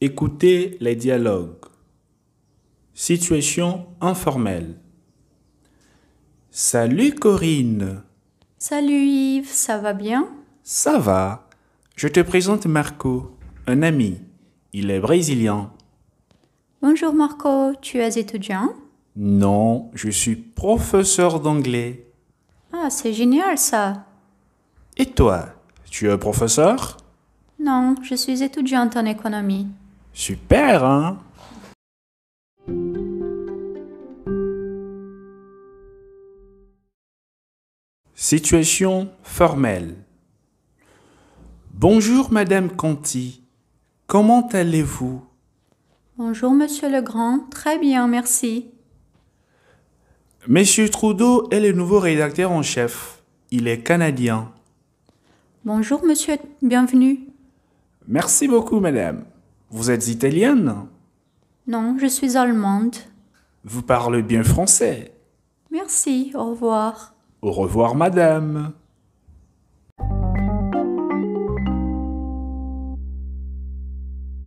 Écoutez les dialogues. Situation informelle. Salut Corinne, Salut Yves, ça va bien ça va Je te présente Marco, un ami. Il est brésilien. Bonjour Marco, tu es étudiant Non, je suis professeur d'anglais. Ah, c'est génial ça. Et toi, tu es professeur Non, je suis étudiante en économie. Super, hein Situation formelle. Bonjour Madame Conti, comment allez-vous Bonjour Monsieur Legrand, très bien, merci. Monsieur Trudeau est le nouveau rédacteur en chef. Il est canadien. Bonjour Monsieur, bienvenue. Merci beaucoup Madame. Vous êtes italienne Non, je suis allemande. Vous parlez bien français. Merci, au revoir. Au revoir Madame.